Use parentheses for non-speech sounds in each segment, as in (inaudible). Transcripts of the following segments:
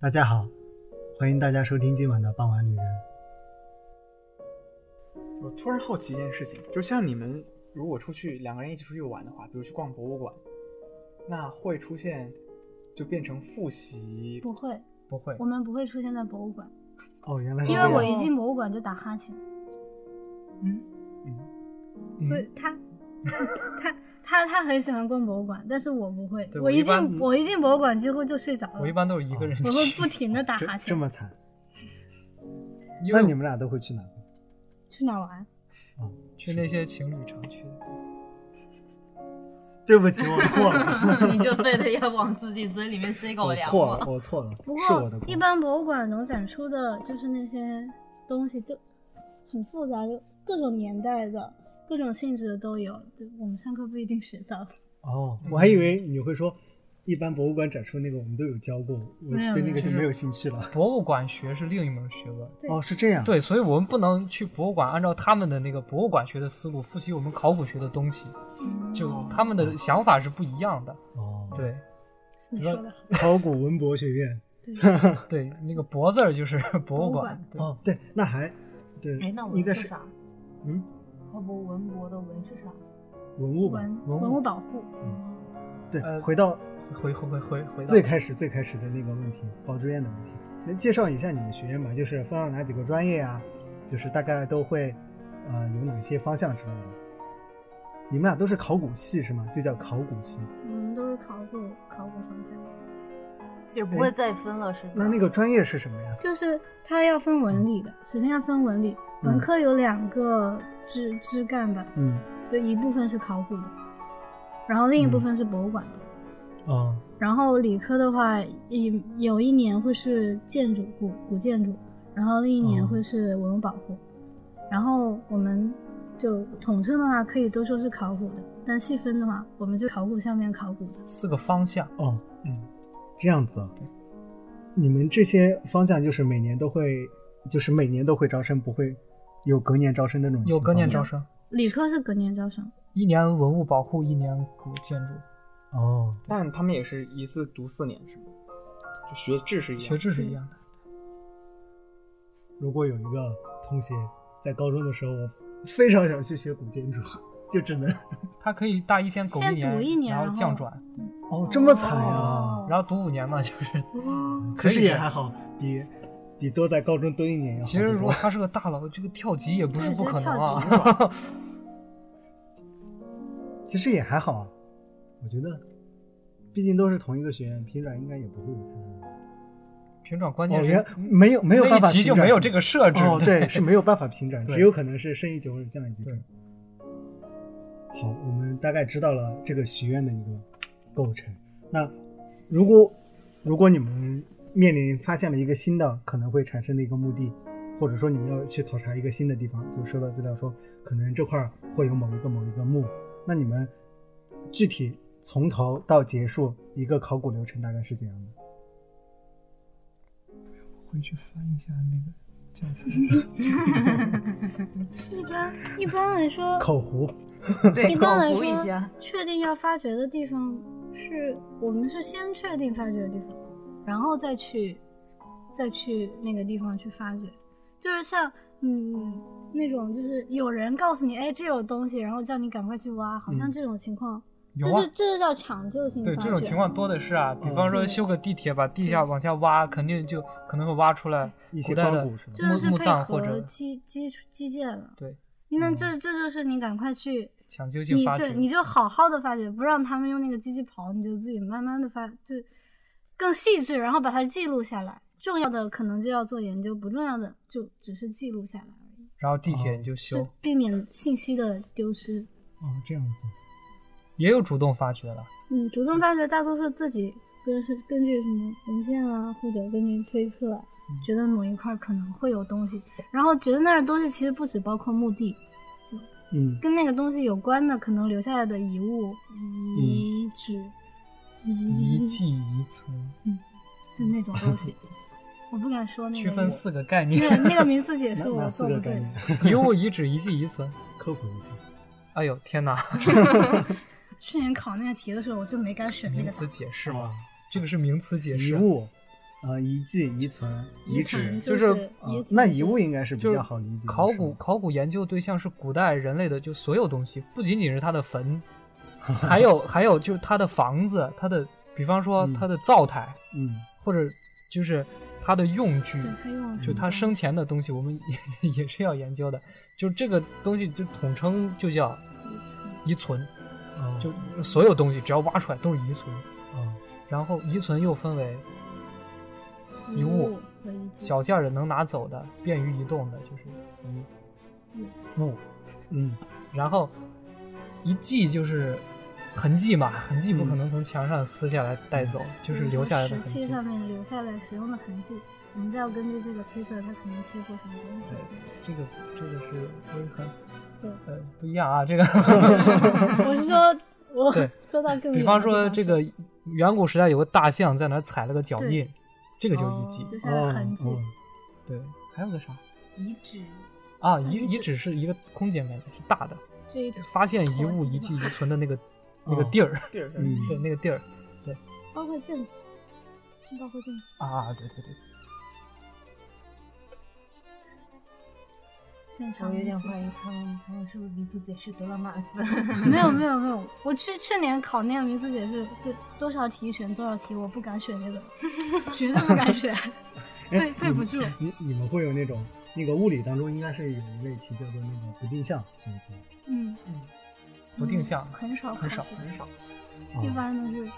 大家好，欢迎大家收听今晚的傍晚旅人。我突然好奇一件事情，就像你们如果出去两个人一起出去玩的话，比如去逛博物馆，那会出现就变成复习不会，不会我们不会出现在博物馆，哦，原来是因这为样我一进博物馆就打哈欠，嗯，所以他他他他很喜欢逛博物馆，但是我不会，对我我一一般进我一进博物馆几乎就睡着了，我一般都是一个人嗯去，我会不停的打这哈这欠。么惨。因那为你们俩都会去哪？去哪儿玩？去那些情侣常去的地对不起，我错 (laughs) 了， (laughs) 你就非得要往自己嘴里面塞狗我粮错了吗？，我错了不，是我的过一锅。般博物馆能展出的就是那些东西就很复杂，就各种年代的、各种性质的都有。对我们上课不一定学到，哦，嗯我还以为你会说，一般博物馆展出那个我们都有教过，我没有对那没有个就就是没有兴趣了。方。博物馆学是另一门学问，对哦，是这样。，对，所以我们不能去博物馆按照他们的那个博物馆学的思路复习我们考古学的东西，哦就他们的想法是不一样的。哦，，对你说的好。 (laughs) 考古文博学院。对，对，那个“博”字儿就是 (laughs) 博物物馆馆。对，哦，对，那还对哎，那，文应该是是啥？嗯，要不文博的文是啥？文物吧？文文物文物保护，对，呃回到回回回回回到最开始最开始的那个问题，报志愿的问题，能介绍一下你们学院吗？就是分到哪几个专业啊？就是大概都会，呃，有哪些方向之类的？你们俩都是考古系是吗？就叫考古系。我们嗯都是考古考古方向。就不会再分了是吧？哎那那个专业是什么呀？就是它要分文理的，首先要分文理，嗯文科有两个枝枝干吧，嗯，就一部分是考古的，然后另一部分是博物馆的，哦，然后理科的话，一有一年会是建筑古古建筑，然后另一年哦会是文物保护，然后我们就统称的话可以都说是考古的，但细分的话，我们就考古下面考古的。四个方向。哦，嗯，这样子啊。你们这些方向就是每年都会，就是每年都会招生，不会有隔年招生那种情况吗。有隔年招生，理科是隔年招生，一年文物保护，一年古建筑。哦，但他们也是一次读四年是吗？就学制是一样，学制是一样的，如果有一个同学在高中的时候，我非常想去学古建筑，啊就只能他可以大一先苟先读一年然然后后降转，哦这么惨呀、哦然后读五年嘛，就是哦其实也还好，比比多在高中蹲一年要好其实得多如果他是个大佬，这个跳级也不是不可能对直接跳啊。其实也还好啊，我觉得，毕竟都是同一个学院，平转应该也不会有太大的问题。 (laughs) 平转关哦，键原是没有没有那办一法级平就转没有这个设 (laughs) 置。哦， (laughs) 对，是没有办法平转，对只有可能是升一级或者降一级。对，好，我们大概知道了这个学院的一个构成。那如果如果你们面临发现了一个新的可能会产生的一个目的，或者说你们要去考察一个新的地方，就收到资料说可能这块儿会有某一个某一个墓，那你们具体从头到结束一个考古流程大概是怎样的？回去翻一下那个教材。一般一般来说，口胡对一口般来胡说一下。，确定要发掘的地方是我们是先确定发掘的地方，然后再去再去那个地方去发掘，就是像嗯那种就是有人告诉你哎这有东西，然后叫你赶快去挖，好像嗯这种情况，有这啊是，这是叫抢救性发对掘。这种情况多的是啊，比嗯方说对修个地铁，把地下往下挖，肯定就可能会挖出来一些古代钢的骨是吧这墓就是墓配葬或合者嗯基基础基建了。对那这这就是你赶快去抢救性你发嗯对掘。你就好好的发掘，不让他们用那个机器刨，你就自己慢慢的发，就更细致，然后把它记录下来。重要的可能就要做研究，不重要的就只是记录下来而已，然后地铁哦你就是修，避免信息的丢失。哦，这样子。也有主动发掘了。嗯，主动发掘大多数自己根是根据什么文献啊，或者根据推测啊、嗯觉得某一块可能会有东西，然后觉得那儿的东西其实不只包括墓地，嗯，跟那个东西有关的可能留下来的遗物、遗址、嗯嗯遗迹遗存，就那种东 (laughs) 西，我不敢说那个区分四个概 (laughs) 那个念：那个名词解释那我那做四不个概对 (laughs) 念，遗物、遗址、遗迹、遗存。科普一下。哎呦天哪！去年考那个题的时候，我就没敢选这名个词答解释嘛，这个是名词解啊遗释。物，呃遗迹、遗存、遗址存啊、就是是遗存那遗物应该是比就是较好理解的。考嗯是古吗考古研究对象是古代人类的，就所有东西，不仅仅是他 (laughs) 的坟，还有还有就是他的房子，他的比方说嗯他的灶台，嗯，或者就是他的用具，对他用了嗯就他生前的东西，我们 (laughs) 也也是要研究的。就这个东西就统称就叫遗存，哦就所有东西只要挖出来都是遗存。哦然后遗存又分为遗物和遗迹小件儿的能拿走的，便于移动的，就是遗物，嗯然后遗迹就是痕迹嘛，痕迹不可能从墙上撕下来带走，就是留下来的石痕器迹。上面留下来使用的痕迹，我们就要根据这个推测他可能切过什么东西对。这个这个是不是很对呃不一样啊？这个 (laughs) 啊我是说，我对说到更远的比方说这个远古时代有个大象在哪儿踩了个脚印对，这个就是遗迹。留下哦的痕迹，嗯哦对，还有个啥遗址，啊？遗遗址遗址是一个空间概念，是大的，这一坨发现遗坨物、地遗迹、嘛遗存的那嗯个那个哦地儿，地儿嗯 (laughs) 对，那个地儿包括镜子，是包括镜子。啊，对对对。现我场有点意思怀疑他们他们是不是名词解释得了满 (laughs) (laughs) 分？没 (laughs) 有没有没有，我去去年考那个名词解释是多少题选多少题，我不敢选这个，绝对不敢选，哎对对不住。你你们会有那种那个物理当中应该是有一类题叫做那个不定向算子，嗯， (laughs) 嗯，不定向，很少很考少试很少。哦一般都是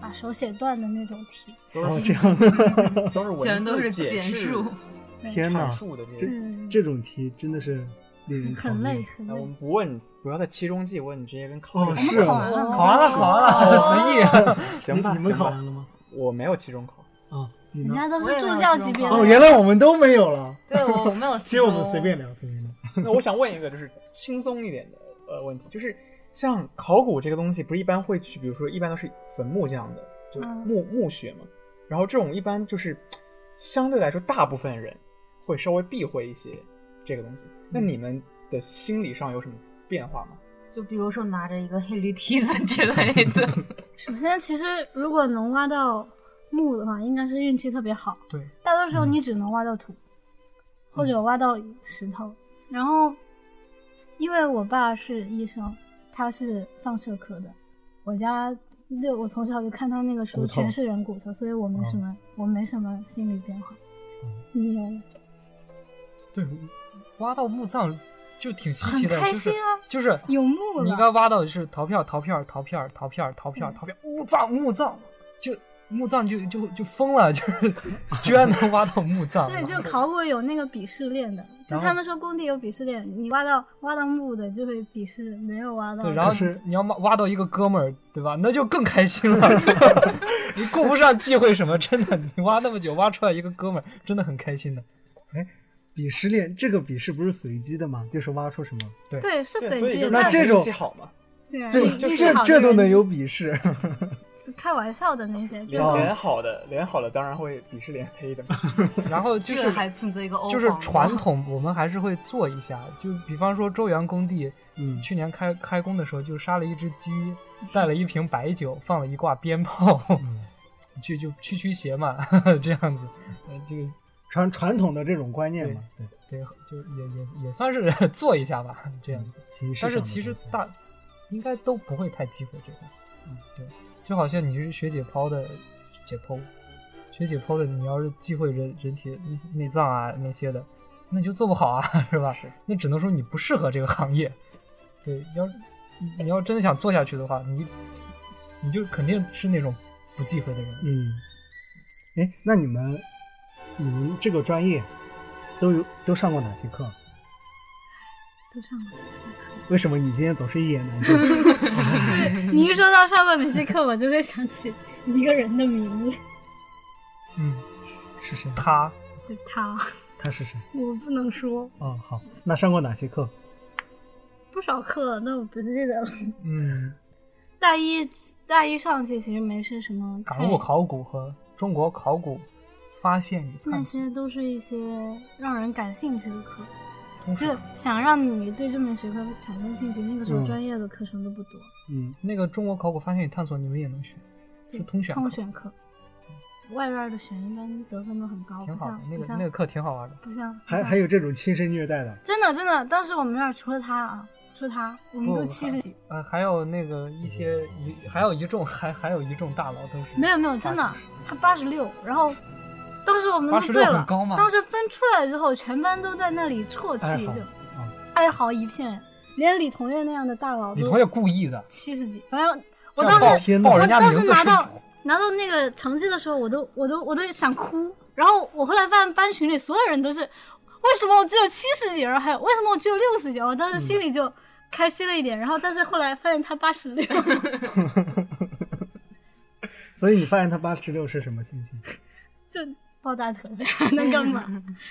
把手写断的那种题。哦这样，都是文字全都是解简释述，天阐哪，述的这这种。嗯，这嗯种题真的是令人讨很累厌。很那哎我们累。不问，不要在期中季问，直接跟考哦试是我们考啊完了，考完了，考完哦了，随意。行吧，你你们行考吧完了吗？我没有期中考，啊，你人呢？家都是助教级别的。哦，原来我们都没有了。 (laughs) 对我我没有 (laughs) 说，其实我们随便聊，随便聊。那我想问一个，就是轻松一点的呃问题，就是像考古这个东西，不是一般会去，比如说一般都是坟墓这样的，就嗯墓、墓穴嘛。然后这种一般就是相对来说，大部分人会稍微避讳一些这个东西。那嗯你们的心理上有什么变化吗？就比如说拿着一个黑驴蹄子之类 (laughs) 的，首先，其实如果能挖到墓的话，应该是运气特别好。对，嗯大多时候你只能挖到土，或者挖到石头。然后，因为我爸是医生，他是放射科的，我家就我从小就看他那个书骨头全是人骨头，所以我没嗯什么、我没什么心理变化。你有对，挖到墓葬就挺稀奇很的，开就是心啊就是有墓了嗯你应该挖到的是陶片儿、陶片儿、陶片儿、陶片儿、陶片儿、陶片儿，墓葬、墓葬，就墓葬就就就疯了，就是 (laughs) 居然能挖到墓葬。对，就考古有那个鄙视链的，就然后他们说工地有鄙视链，你挖到挖到墓的就会鄙视没有挖到对，的。然后你要挖挖到一个哥们儿，对吧？那就更开心了。你顾不上忌讳什么，真的，你挖那么久，挖出来一个哥们儿，真的很开心的。鄙视链这个鄙视不是随机的吗？就是挖出什么，对是对，所随以机就的，是那但这运种气好嘛，对啊这运这运气这好的这都人能有鄙视，开玩笑的那些，就脸哦脸好的脸好的当然会鄙视脸黑的嘛。然后就这是还存在一个欧就是皇传吗统，我们还是会做一下。就比方说周原工地，嗯去年开开工的时候就杀了一只鸡，带了一瓶白酒，放了一挂鞭炮，嗯去就 (laughs) 驱驱邪嘛， (laughs) 这样子。呃，这个传传统的这种观念嘛，对，对，就也也也算是 (laughs) 做一下吧，这样子。嗯形式啊但是上的其实东西大应该都不会太忌讳这个。嗯，对，就好像你是学解剖的，解剖，学解剖的，你要是忌讳人人体内内脏啊那些的，那你就做不好啊， (laughs) 是吧？是那只能说你不适合这个行业。对，要你要真的想做下去的话，你你就肯定是那种不忌讳的人。嗯，哎，那你们你们这个专业都有都上过哪些课？都上过哪些课？为什么你今天总是一言难尽？ (laughs) 对，你一说到上过哪些课，我就会想起一个人的名字，嗯，是谁？他就他。他是谁？我不能说哦，好，那上过哪些课？不少课，但我不记得了。嗯，大一大一上期其实没是什么太港务考古和中国考古发现与那探索些都是一些让人感兴趣的课，通史就想让你对这门学科产生兴趣。那个时嗯候专业的课程都不多，嗯，那个中国考古发现与探索，你们也能学，对是通选课通选课。外边的选一般得分都很高，挺不好的像，那不个像那个课挺好玩的。不像不还像还有这种亲身虐待的，真的真的，当时我们院儿除了他啊，除了他，我们都不七十几，呃，还有那个一些一，还有一众还还有一众大佬都是没有没有，真的，他八十六，然后当时我们都86醉了很高吗，当时分出来之后，全班都在那里啜泣，哀嚎就啊哀嚎一片，连李同业那样的大佬李同学都故意的，七十几，反正我这当样时报天哪报我人家当名时字拿是到拿到那个成绩的时候，我都我都我都想哭。然后我后来发现班群里所有人都是，为什么我只有七十几人，还有为什么我只有六十几？我嗯当时心里就开心了一点。然后但是后来发现他八十六， (laughs) 所以你发现他八十六是什么心情？就抱大腿呗，还能干嘛？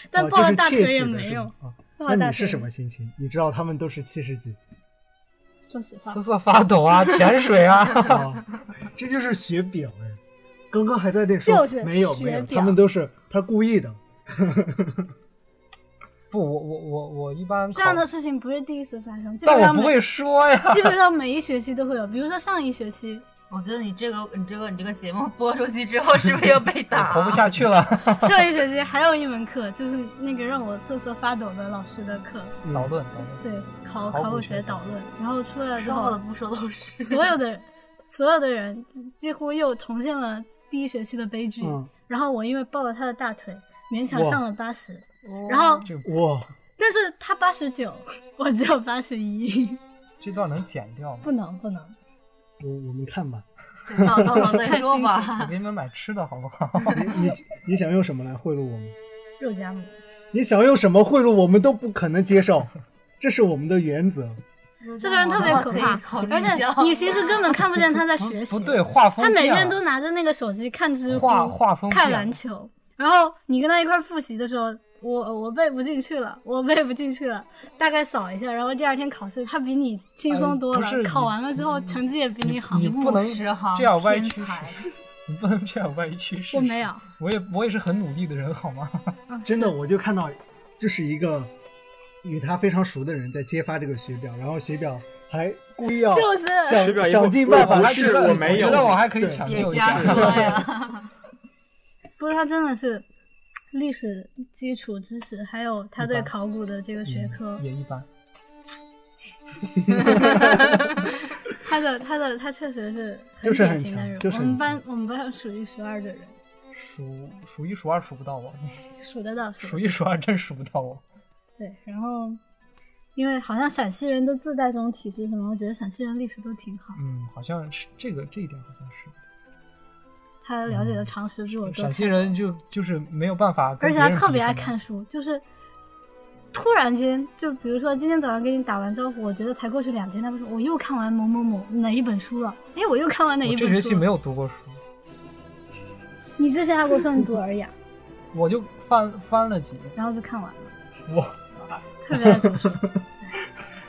但哦抱这了是大窃腿喜也的没是用吗，？啊，那抱了大你腿是什么？心情？你知道他们都是七十几，说实话瑟，瑟发 (laughs) 抖啊，潜水啊， (laughs) 啊，这就是学表哎。刚刚还在那说就是没有学没有，表他们都是他故意的。不，我我我我一般这样考的，事情不是第一次发生，基但本我上不每会说呀。 (laughs) 基本上每一学期都会有，比如说上一学期，我觉得你这个你这个你这个节目播出去之后，是不是又被哎打？啊活不下去 (laughs) 了，上一学期还有一门课，就是那个让我瑟瑟发抖的老师的课，捣乱捣乱。对，考考古考古学学导导论。然后出来之说好的后，不说都是。所有 (laughs) 的所有的人几几乎又重现了第一学期的悲剧。嗯，然后我因为抱了他的大腿，勉强哇上了八十，哦然后这哇，但是他八十九，我只有八十一， (laughs) 这段能剪掉吗不？能不能。我我们看吧，对 (laughs) 到到时候再说我啊吧。给你们买吃的好不好？你你想用什么来贿赂我们？肉夹馍，你想用什么贿赂我们都不可能接受， (laughs) 这是我们的原则。这个人特别可 (laughs) 怕，而且你其实根本看不见他在学习。 (laughs) 不对，画风他每变天了都拿着那个手机看知乎、哦画画风看变篮球，然后你跟他一块儿复习的时候，我我背不进去了， (laughs) 我背不进去了，大概扫一下，然后第二天考试他比你轻松多了，呃不是考你完了之后成绩也比你好。你目不能十行这样歪天曲 (laughs) 才，你不能这样歪曲事实。我没有，我也我也是很努力的人，好吗？啊真的，是我就看到，就是一个与他非常熟的人在揭发这个学表，然后学表还故意要就是想学表一副想尽 (laughs) 办法我不来是制止我没有觉得我还可以对抢别救一瞎下。说 (laughs) 呀。 (laughs) 不是他真的是历史基础知识，还有他对一般考古的这个学科， (laughs) 也一般，他的他的他确实是就是很典型的强人。就是我很们班我们班属于数二的人，嗯数数一数二 (laughs) 数不到我，数得到数得到数一数二真数不到我。对，然后因为好像陕西人都自带这种体质什么，我觉得陕西人历史都挺好，嗯，好像是这个这一点好像是，他了解的常识比我多太多。嗯陕西人就就是没有办法跟而别且人他比什么，特别爱看书，就是突然间，就比如说今天早上跟你打完招呼，我觉得才过去两天，他们说我又看完某某某哪一本书了，哎，我又看完哪一我本书这了。学期没有读过书，你之前还跟我说你读《尔雅我就翻翻了几》，然后就看完了，个， (laughs) 哇，特别爱读书。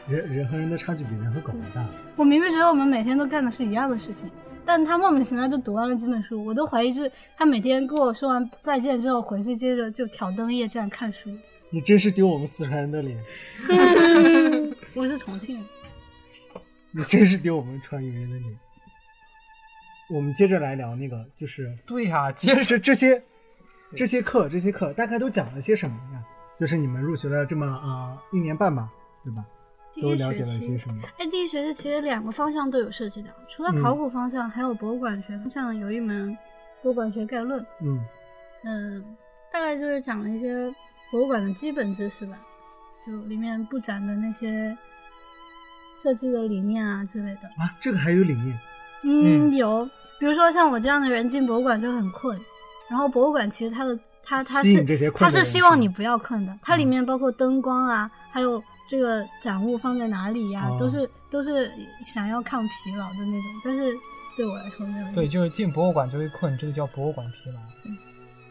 人人和人的差距比人和狗还大。我明明觉得我们每天都干的是一样的事情，但他莫名其妙就读完了几本书，我都怀疑是他每天跟我说完再见之后，回去接着就挑灯夜战看书。你真是丢我们四川人的脸，我是重庆人，你真是丢我们川渝人的脸。我们接着来聊那个，就是对呀、接着这这些这些课这些课大概都讲了些什么呀？就是你们入学了这么啊、一年半吧，对吧？第都一了解学了些期，什么？哎，第一学期其实两个方向都有涉及到，除了嗯考古方向，还有博物馆学方向有一门博物馆学概论，嗯，嗯，大概就是讲了一些博物馆的基本知识吧，就里面布展的那些设计的理念啊之类的。啊，这个还有理念，嗯，有，比如说像我这样的人进博物馆就很困，然后博物馆其实它的它它吸引这些是困它的是人希是望吗嗯你不要困的，它里面包括灯光啊，还有这个展物放在哪里呀、哦都是都是想要抗疲劳的那种，但是对我来说没有用。对，就是进博物馆就会困，这个叫博物馆疲劳。嗯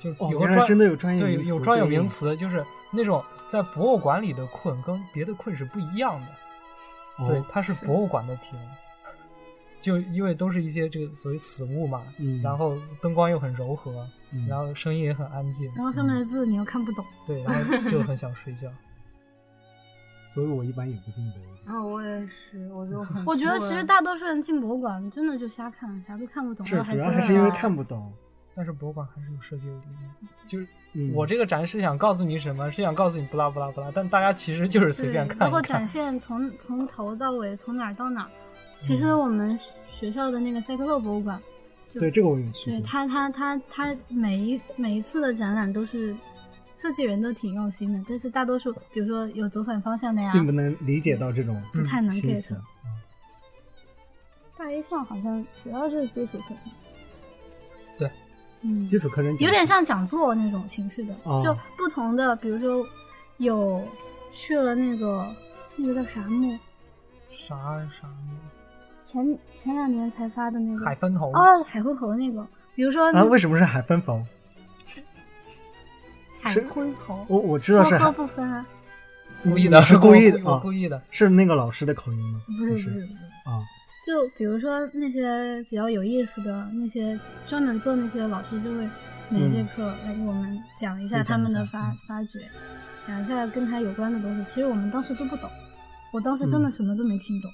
就哦有个原来专真的有专业对名词有专有对应名词，就是那种在博物馆里的困跟别的困是不一样的。哦、对，它是博物馆的疲劳，就因为都是一些这个所谓死物嘛，嗯然后灯光又很柔和，嗯然后声音也很安静，然后上面的字你又看不懂，对，然后就很想睡觉。所以我一般也不进博物哦馆。嗯，我也是，我就很 (laughs) 我觉得其实大多数人进博物馆真的就瞎看，啥都看不懂，是然后还啊主要跟还是因为着看不懂，但是博物馆还是有设计有理念，就是嗯我这个展是想告诉你什么，是想告诉你不啦不啦不啦，但大家其实就是随便对看如果一展看。现从从头到尾，从哪儿到哪儿，嗯其实我们学校的那个塞克勒博物馆，对这个我有去对过。他他他他每一每一次的展览都是设计人都挺用心的，但是大多数比如说有走反方向的呀，并不能理解到这种不太能心思 get。。大一上好像主要是基础课程，对，嗯，基础课程讲有点像讲座那种形式的，哦就不同的，比如说有去了那个那个叫啥墓，啥啥前前两年才发的那个海分头，哦海昏侯那个，比如说啊？为什么是海分房？海昏侯，我我知道是科海，不分啊，故意的，是故意的我 (laughs) 啊，故意的。是那个老师的口音吗？不是不是是不是，啊，就比如说那些比较有意思的那些专门做那些老师就会每一节课来给我们讲一下嗯分他享一们下的发嗯发掘，讲一下跟他有关的东西。其实我们当时都不懂，我当时真的嗯什么都没听懂，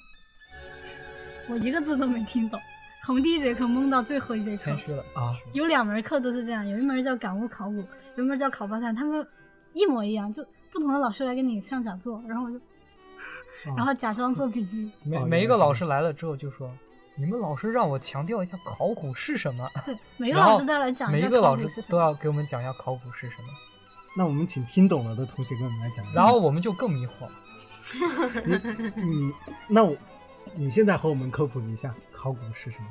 我一个字都没听懂，从第一节课懵到最后一节课谦。虚了啊谦虚了有两门课都是这样，有一门叫感悟考古，有一门叫考巴探，他们一模一样，就不同的老师来给你上讲座，然后我就，哦然后假装做笔记，每哦每一原个来是老师来了之后就说，你们老师让我强调一下考古是什么，对，每个然老后师再来讲每一一下个考老古是师什都么。要给我们讲一下考古是什么，那我们请听懂了的同学给我们来讲一下。(laughs) 然后我们就更迷惑了。你，嗯那我，你现在和我们科普一下考古是什么？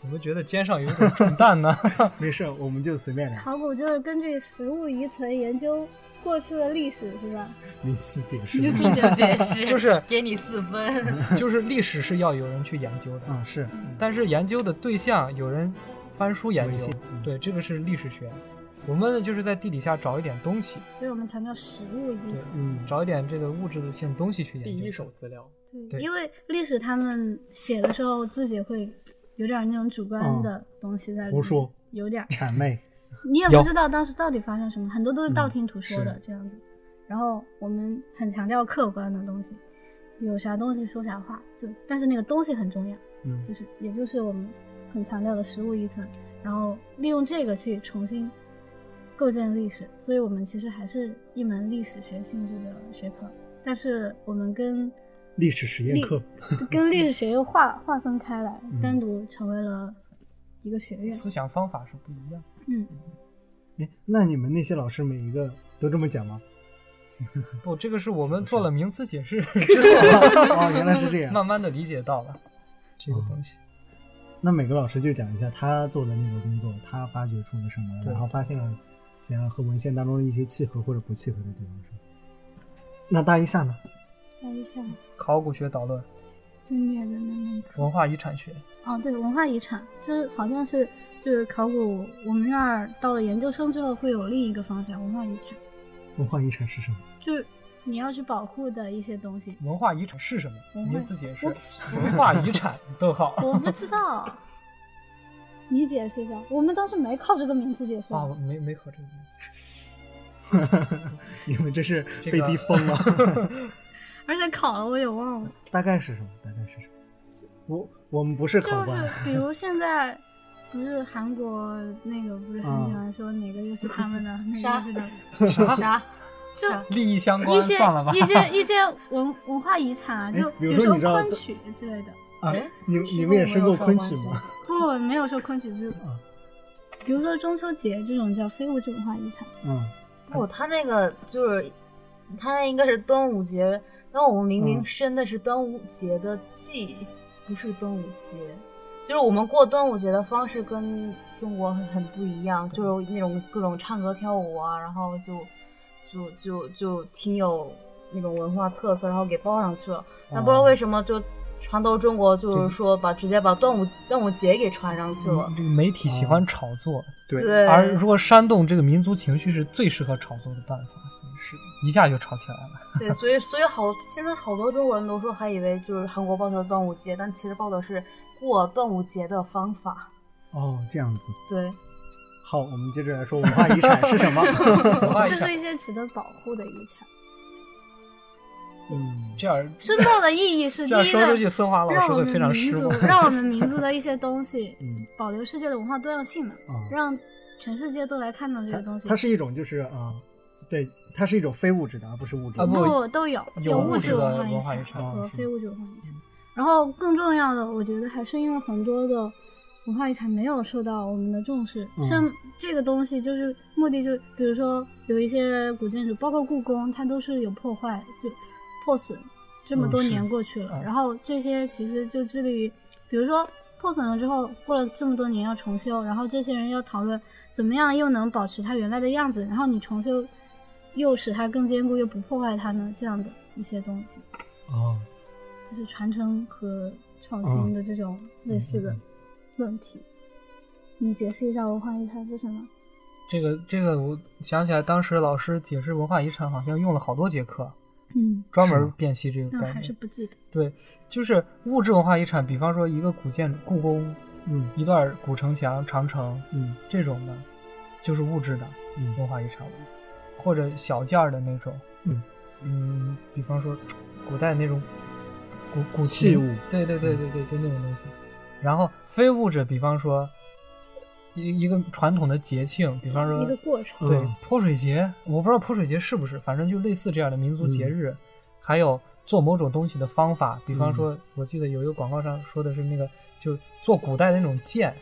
怎么觉得肩上有一种重担呢？ (laughs) 没事，我们就随便聊，考古就是根据实物遗存研究过去的历史，是吧？名词解释。你的解释就是给你 (laughs) 四分，就是历史是要有人去研究的，嗯，是但是研究的对象有人翻书研微究信，嗯对，这个是历史学。我们就是在地底下找一点东西，所以我们强调实物遗对存。嗯，找一点这个物质的性东西去研第究。一手资料，对因为历史他们写的时候自己会有点那种主嗯观的东西在里面，胡说有点儿谄媚，你也有不知道当时到底发生什么，很多都是道听途说的、嗯是这样子。然后我们很强调客观的东西，有啥东西说啥话，就但是那个东西很重要，嗯就是也就是我们很强调的实物遗存，然后利用这个去重新构建历史。所以我们其实还是一门历史学性质的学科，但是我 (laughs) 们跟历史实验 (laughs) 课，跟历史学又划划分开来嗯，单独成为了一个学院。思想方法是不一样。嗯，哎，那你们那些老师每一个都这么讲 (laughs) 吗？不，这个是我们做了名词 (laughs) 解释之后，哦，原来是这嗯慢样。哦慢的理解到了这个东西。那每个老师就讲一下他做的那个工作，他发掘出了什么，对然后发现了怎样和文献当中的一些契合或者不契合的地方，是吗？那大一下呢？那一下考古学导论、最虐的那门课。文化遗产学，哦，对，文化遗产，这好像是就是考古，我们那儿到了研究生之后会有另一个方向，文化遗产，文化遗产是什么？就是你要去保护的一些东西。文化遗产是什么？文化名词解释，文化遗产，逗号。 (laughs) 我不知道，你解释一下。我们当时没靠这个名字解释。啊，哦我没没考这个名字。 (laughs) 你们这是这被个逼疯了。而且考了我也忘了， (laughs) 大概是什么？大概是什么？我我们不是考就官，是比如现在。不是韩国那个，不是嗯很喜欢说哪个又是他们的，哪个又是他们的啥？就啥利益相一关，些算了吧。一些一些文文化遗产 (laughs) 啊，哎就比如如说说你知道昆曲之类的。啊谁，你是你跟们也我申有过啥昆关曲系吗？不，没有说昆曲，比如啊比如说中秋节这种叫非物质文化遗产，嗯，不，他那个就是，他那应该是端午节，但我们明明嗯申的是端午节的祭，不是端午节。就是我们过端午节的方式跟中国很很不一样，就是那种各种唱歌跳舞啊，然后就就就就挺有那种文化特色，然后给包上去了。但不知道为什么就传到中国，就这个是说把直接把端午端午节给传上去了。这个媒体喜欢炒作，对对，嗯而如果煽动这个民族情绪是最适合炒作的办法，所以是一下就炒起来了。 (laughs) 对，所以所以好，现在好多中国人都说还以为就是韩国报道端午节，但其实报道是过端午节的方法。哦，这样子。对，好，我们接着来说文化遗 (laughs) 产是什么？文化 (laughs) 遗就产是一些值得保护的遗产。嗯，这样申报的意义是第 (laughs) 这样一说出个去，森华老让师我会们非常民失族望。让我们民族的一些东西嗯保留世界的文化多样性嘛，啊，让全世界都来看到这些东西它。是一种就是啊，对，它是一种非物质的，而不是物质的。啊不不都有有物物质质的文文化化遗遗产产和嗯非物质文化遗产。然后更重要的，我觉得还是因为很多的文化遗产没有受到我们的重视，嗯像这个东西就是目的就比如说有一些古建筑，包括故宫，它都是有破坏就破损，这么嗯多是年过去了，嗯然后这些其实就致力于，比如说破损了之后，过了这么多年要重修，然后这些人要讨论怎么样又能保持它原来的样子，然后你重修又使它更坚固又不破坏它呢，这样的一些东西，哦，就是传承和创嗯新的这种类似的问题。你解释一下文化遗产是什么？这个这个，我想起来当时老师解释文化遗产，好像用了好多节课，嗯，专是门吗辨析 (laughs) 这个但概还是念。不记得。对，就是物质文化遗产，比方说一个古建故宫、嗯一段古城墙、长城嗯这种的，就是物质的嗯文化遗产了，或者小件儿的那种。嗯嗯比方说古代那种古古器琴物对对对对对，就那种东西。然后非物质，比方说一一个传统的节庆，比方说一个过程，对嗯，泼水节，我不知道泼水节是不是，反正就类似这样的民族节嗯日，还有做某种东西的方法，比方嗯说，我记得有一个广告上说的是那个，就是做古代的那种剑，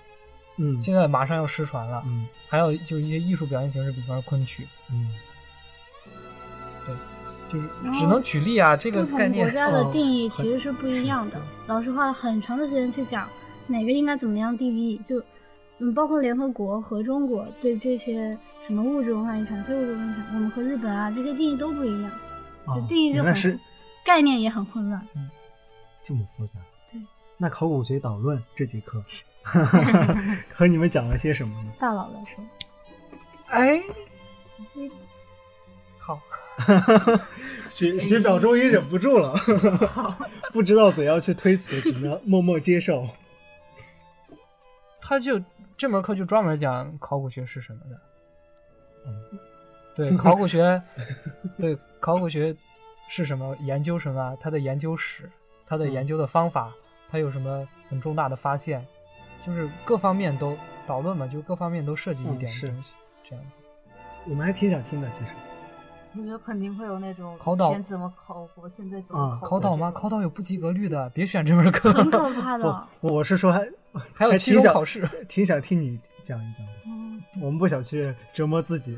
嗯现在马上要失传了。嗯还有就是一些艺术表现形式，比方说昆曲，嗯就是然后只能举例啊，这不个同概念国家的嗯定义其很实是不一样的。老师花了很长的时间去讲哪个应该怎么样定义，就嗯，包括联合国和中国对这些什么物质文化遗产、非物质文化遗产，我们和日本啊这些定义都不一样，哦就定义就原很来是概念也很混乱。这么复杂。对，那考古学导论这节课和你们讲了些什么 (laughs) 呢？大佬来说，哎，好，学学表终于忍不住了，不知道怎样去推辞，只能默默接受。他就这门课就专门讲考古学是什么的。嗯对，考古学，对考古学是什么？研究什么？啊它的研究史，它的嗯研究的方法，它有什么很重大的发现？就是各方面都导论嘛，就各方面都涉及一嗯点是东西，这样子。我们还挺想听的，其实。我觉得肯定会有那种考倒以前怎么考过，现在怎么啊考考过倒吗？这种考倒有不及格率的，别选这 (laughs) 门课。很可怕的。不，我是说还还有期挺中想考试， (laughs) 挺想听你讲一讲的。嗯我们不想去折磨自己。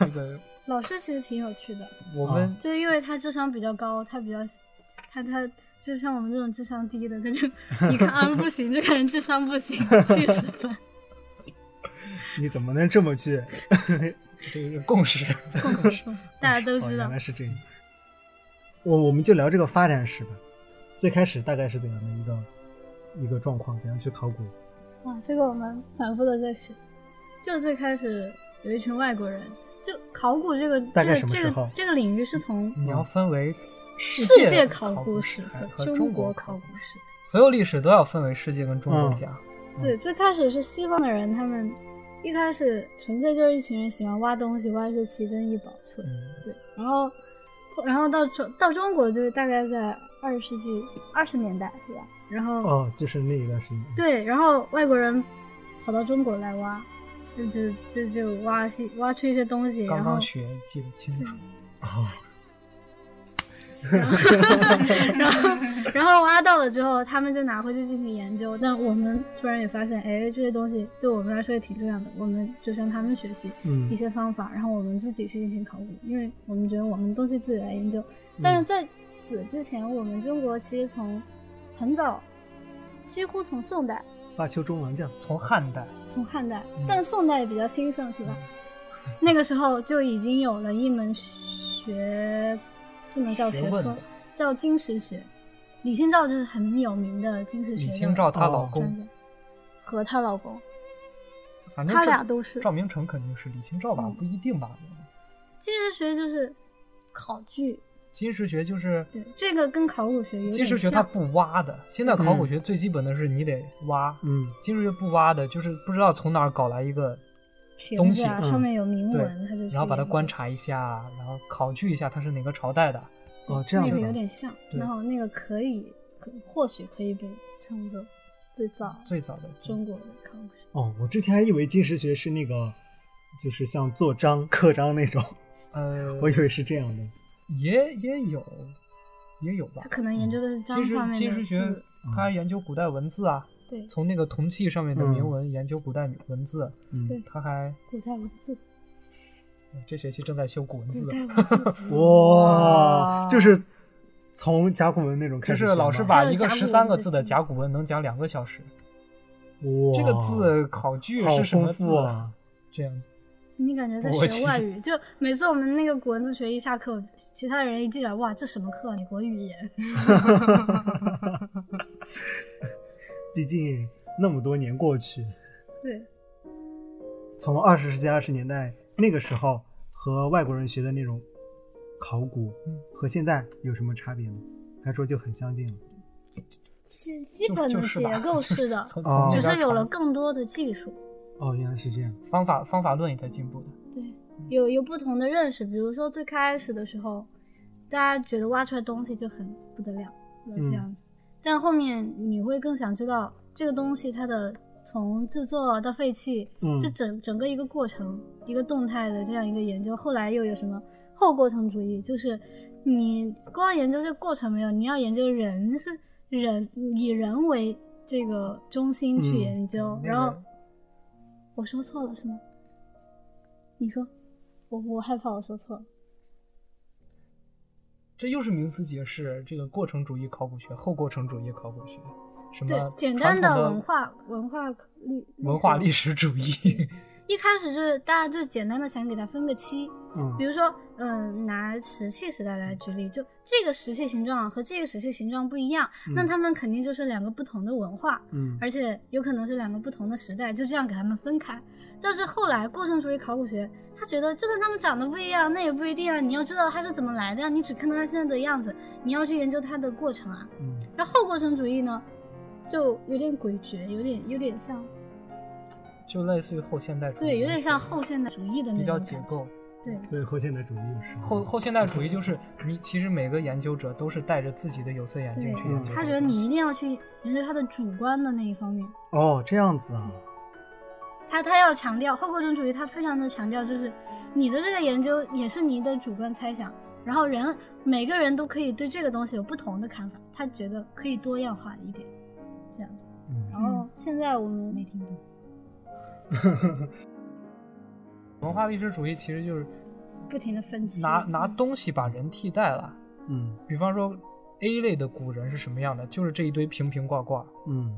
这个老师其实挺有趣的，我哦们就因为他智商比较高，他比较他他。就像我们这种智商低的，他就 (laughs) 一看啊不行，这个人智商不行，七十分你怎么能这么去？这个共识，共识，大家都知哦，道原来。是这样。我我们就聊这个发展史吧。最开始大概是怎样的一个一个状况？怎样去考古？哇，这个我们反复的在学。就最开始有一群外国人，就考古这个大概这个什么这时候个这个领域是从你要分为嗯嗯世世界考考古史史和和中中国考考古古史。所有历史都要分为世界跟中国嗯讲。对，最开始是西方的人，他们一开始纯粹就是一群人喜欢挖东西，挖一些奇珍异宝出来。嗯，对，然后然后到中到中国就是大概在二十世纪二十年代是吧？然后哦，就是那一段时间。嗯对，然后外国人跑到中国来挖，就就就就挖些挖出一些东西，刚然后刚学记得清楚。哦， (laughs) 然后然后挖到了之后，他们就拿回去进行研究。但我们突然也发现，哎，这些东西对我们来说也挺重要的，我们就向他们学习一嗯些方法，然后我们自己去进行考古，因为我们觉得我们东西自己来研究。嗯但是在此之前，我们中国其实从很早，几乎从宋代。发丘中郎将。从汉代，从汉代嗯，但宋代也比较兴盛，是吧？那个时候就已经有了一门学，不能叫学学问科，叫金石学。李清照就是很有名的金石学李的清照她老哦公专，家和她老公，反正他这俩都是赵明诚肯定是李清照吧，嗯不一定吧。金石学就是考据，金石学就是对，这个跟考古学有点金石学，像嗯它不挖的。现在考古学最基本的是你得挖，嗯金石学不挖的，就是不知道从哪儿搞来一个瓶东子西，啊，嗯上面有铭对文，他就去然后把它研究观察一下，然后考据一下它是哪个朝代的，哦这样那子个啊有点像，对然后那个可以可或许可以被称作最早最早的中国的康复。哦，我之前还以为金石学是那个，就是像做章、刻章那种，呃，我以为是这样的。也也有也有吧他。可能研究的是章金上石面金的石学字，嗯它研究古代文字啊，对，从那个铜器上面的铭文研究古代文字，嗯，对它还哎古代文字，这学期正在修古文古字，代文字。 (laughs) 哇，哇就是从甲骨文那种开就始学是吗，老师把一个还有甲骨十文三个这字的些甲骨文能讲两个小时，哇这个字考据好是什么丰富字？啊！这样 (laughs) 你感觉在我学去外语，就每次我们那个古文字学一下课，其他人一进来，哇，这什么课啊？你国语言？ (laughs) 毕竟那么多年过去， (laughs) 对，从二十世纪二十年代那个时候和外国人学的那种考古嗯，和现在有什么差别呢？还说就很相近了。基基就本的就是结吧 (laughs) 构是的，从哦从只这边是有了传更多的技术。哦，原来是这样。方法方法论也在进步的，对，嗯有有不同的认识。比如说最开始的时候，大家觉得挖出来东西就很不得了了嗯这样子，但后面你会更想知道这个东西它的从制作到废弃，嗯这整整个一个过程，一个动态的这样一个研究，后来又有什么后过程主义，就是你光研究这个过程没有，你要研究人是人以人为这个中心去嗯研究，那然后个我说错了是吗？你说，我我害怕我说错了。这又是名词解释，这个过程主义考古学、后过程主义考古学，什对么，简单传统的的文化文化历文化历史，史主义，一开始就是大家就简单的想给它分个期，嗯比如说，嗯，拿石器时代来举例，就这个石器形状和这个石器形状不一样，那嗯它们肯定就是两个不同的文化，嗯而且有可能是两个不同的时代，就这样给它们分开。但是后来过程主义考古学，他觉得就算它们长得不一样，那也不一定啊，你要知道它是怎么来的呀，啊你只看到它现在的样子，你要去研究它的过程啊。嗯然后后过程主义呢，就有点诡谲，有点有点像，就类似于后现代主义，对，有点像后现代主义的那比较种解感觉构。对，所以后现代主义又是后后现代主义就是你其实每个研究者都是戴着自己的有色眼镜去研究这个东西，对，他觉得你一定要去研究他的主观的那一方面。哦这样子啊，他他要强调后过程主义，他非常的强调就是你的这个研究也是你的主观猜想，然后人每个人都可以对这个东西有不同的看法，他觉得可以多样化一点，这样子。嗯然后现在我们没听懂。 (laughs) 文化历史主义其实就是不停的分析，拿拿东西把人替代了，嗯比方说 A 类的古人是什么样的，就是这一堆瓶瓶罐罐，嗯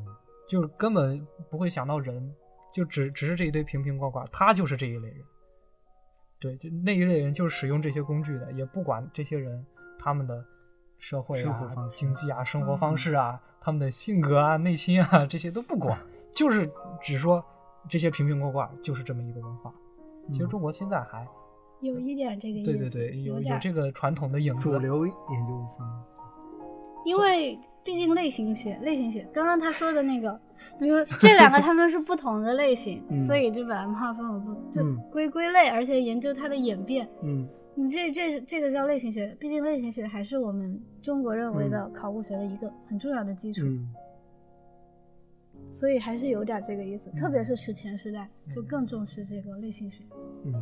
就是根本不会想到人，就只只是这一堆瓶瓶罐罐，他就是这一类人。对，就那一类人就是使用这些工具的，也不管这些人他们的社会生活啊方、式嗯经济啊、生活方式啊、他们的性格啊、内心啊这些都不嗯管，就是只说这些瓶瓶罐罐就是这么一个文化。其实嗯中国现在还有一点这个意思，对对对，有嗯点有这个传统的影子主，流研究方因为毕竟类型学，类型学，刚刚他说的那个，比如这两个他们是 (laughs) 不同的类型，嗯所以就把它们划分为不就嗯归归类，而且研究它的演变。嗯你这这这个叫类型学，毕竟类型学还是我们中国认为的考古学的一个很重要的基础，嗯所以还是有点这个意思。特别是史前时代，嗯就更重视这个类型学。嗯，